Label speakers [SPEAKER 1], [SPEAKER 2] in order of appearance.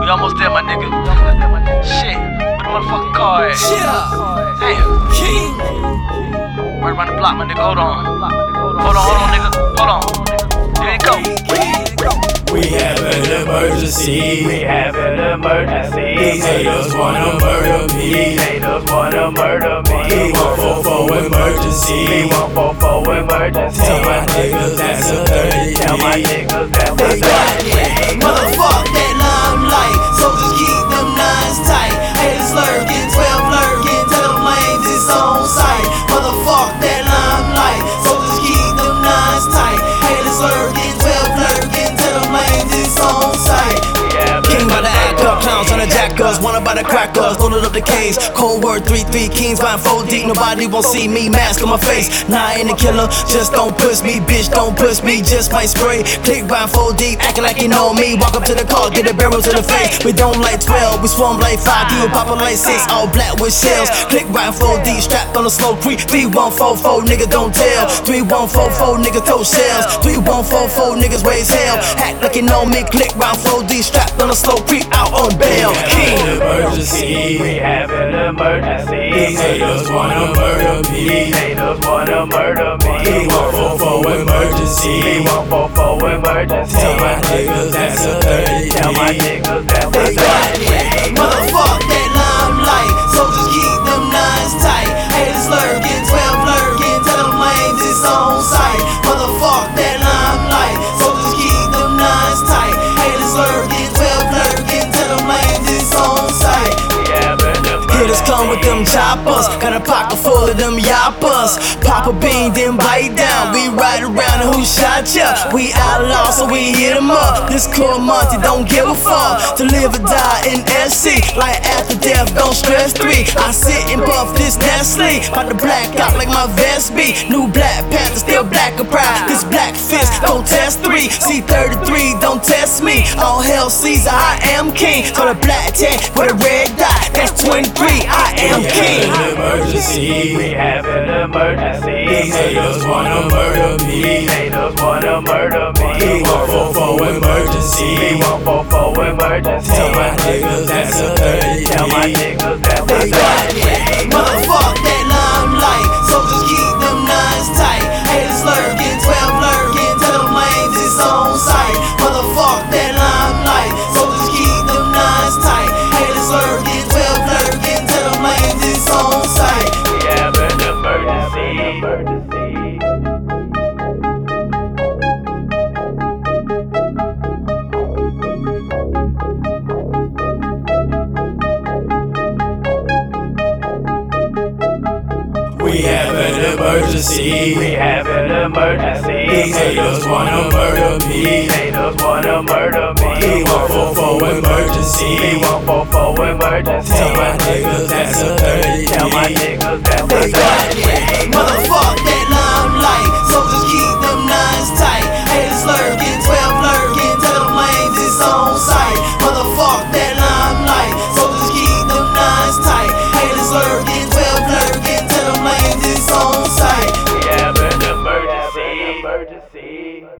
[SPEAKER 1] We almost there, my nigga. Shit, where the motherfucking car at?
[SPEAKER 2] Yeah,
[SPEAKER 1] Damn,
[SPEAKER 2] King.
[SPEAKER 1] right around the block, my nigga. Hold on. Hold on, hold on, nigga. Hold on. Here it go.
[SPEAKER 2] We have an emergency.
[SPEAKER 3] We have an
[SPEAKER 2] These
[SPEAKER 3] emergency.
[SPEAKER 2] haters wanna murder me.
[SPEAKER 3] Haters wanna murder
[SPEAKER 2] We
[SPEAKER 3] me.
[SPEAKER 2] want for for
[SPEAKER 3] We
[SPEAKER 2] emergency.
[SPEAKER 3] want for for emergency.
[SPEAKER 2] Tell my niggas that's a
[SPEAKER 3] Tell my
[SPEAKER 2] 33.
[SPEAKER 3] niggas that's
[SPEAKER 4] They
[SPEAKER 3] a
[SPEAKER 4] got it. Motherfuck that limelight. Soldiers keep them nines tight. Haters lurking, 12 lurking. Tell them lanes it's on sight. Motherfuck that limelight. Soldiers keep them nines tight. Haters lurking, 12 lurking. Tell them lanes it's on sight.
[SPEAKER 5] King by the act up, clowns on the jackers, wanted by the crackers, loaded up the K's. Cold word, three, three kings, buying four deep. Nobody won't see me, mask on my face. Nah, I ain't a killer, just don't push me, bitch, don't push me, just might spray. Click buying four deep, acting like you know me. Walk up to the car, get a barrel to the face. We don't like 12, we swarm like 5, you pop up like 6, all black with shells. Click buying four deep, strapped on the slow creep. 3144, nigga, don't tell. 3144, nigga, throw shells. 3144, niggas raise hell. Act like you know me, click round 4D, strapped on a slow creep out on bail. King.
[SPEAKER 3] We
[SPEAKER 2] An emergency.
[SPEAKER 3] have an
[SPEAKER 2] These
[SPEAKER 3] emergency.
[SPEAKER 2] haters wanna murder me.
[SPEAKER 3] Haters wanna murder
[SPEAKER 2] We
[SPEAKER 3] me.
[SPEAKER 2] want for for
[SPEAKER 3] We
[SPEAKER 2] emergency.
[SPEAKER 3] want for for emergency.
[SPEAKER 2] Tell my niggas that's a
[SPEAKER 3] Tell my
[SPEAKER 2] 33.
[SPEAKER 3] niggas that's
[SPEAKER 4] They
[SPEAKER 3] a
[SPEAKER 4] got it. Motherfuck that limelight. Soldiers keep them nines tight. Haters lurking, 12 lurking. Tell them lanes it's on sight. Motherfuck that limelight. Soldiers keep them nines tight. Haters lurking, 12 lurking. Tell them lanes it's on sight.
[SPEAKER 3] We have an
[SPEAKER 5] Hitters come with them choppers, got a pocket full of them yappers. Pop a bean, then bite down. We ride around and who shot ya? We outlaw, so we hit 'em up. This cool Monty don't give a fuck. To live or die in SC, like after death, don't stress three. I sit and puff this Nestle, about to black out like my vest be. New Black Panther, still black and proud. This black fist, don't test three. C33, don't test me. All hell Caesar, I am king. For the black tag with a red dot, that's 23, I am
[SPEAKER 2] We
[SPEAKER 5] king.
[SPEAKER 2] have an emergency.
[SPEAKER 3] We have an
[SPEAKER 2] These
[SPEAKER 3] emergency.
[SPEAKER 2] haters wanna murder me.
[SPEAKER 3] Haters wanna murder
[SPEAKER 2] We
[SPEAKER 3] me.
[SPEAKER 2] want for for
[SPEAKER 3] We
[SPEAKER 2] emergency.
[SPEAKER 3] want for for emergency.
[SPEAKER 2] Tell my niggas that's a
[SPEAKER 3] Tell my
[SPEAKER 2] 33.
[SPEAKER 3] niggas that's a
[SPEAKER 4] They got it. Motherfuck that limelight. Soldiers keep them nines tight. Haters lurking, 12 lurking. Tell them lanes it's on sight. Motherfuck that limelight. Soldiers keep them nines tight. Haters lurking, 12 lurking. Tell them lanes it's on sight.
[SPEAKER 3] We have an emergency.
[SPEAKER 2] We have an
[SPEAKER 3] We
[SPEAKER 2] emergency.
[SPEAKER 3] have an
[SPEAKER 2] These
[SPEAKER 3] emergency.
[SPEAKER 2] haters wanna murder me.
[SPEAKER 3] Haters wanna murder
[SPEAKER 2] We
[SPEAKER 3] me.
[SPEAKER 2] want for for emergency.
[SPEAKER 3] We want for for emergency.
[SPEAKER 2] Tell my niggas that's a
[SPEAKER 3] Tell my
[SPEAKER 2] 33.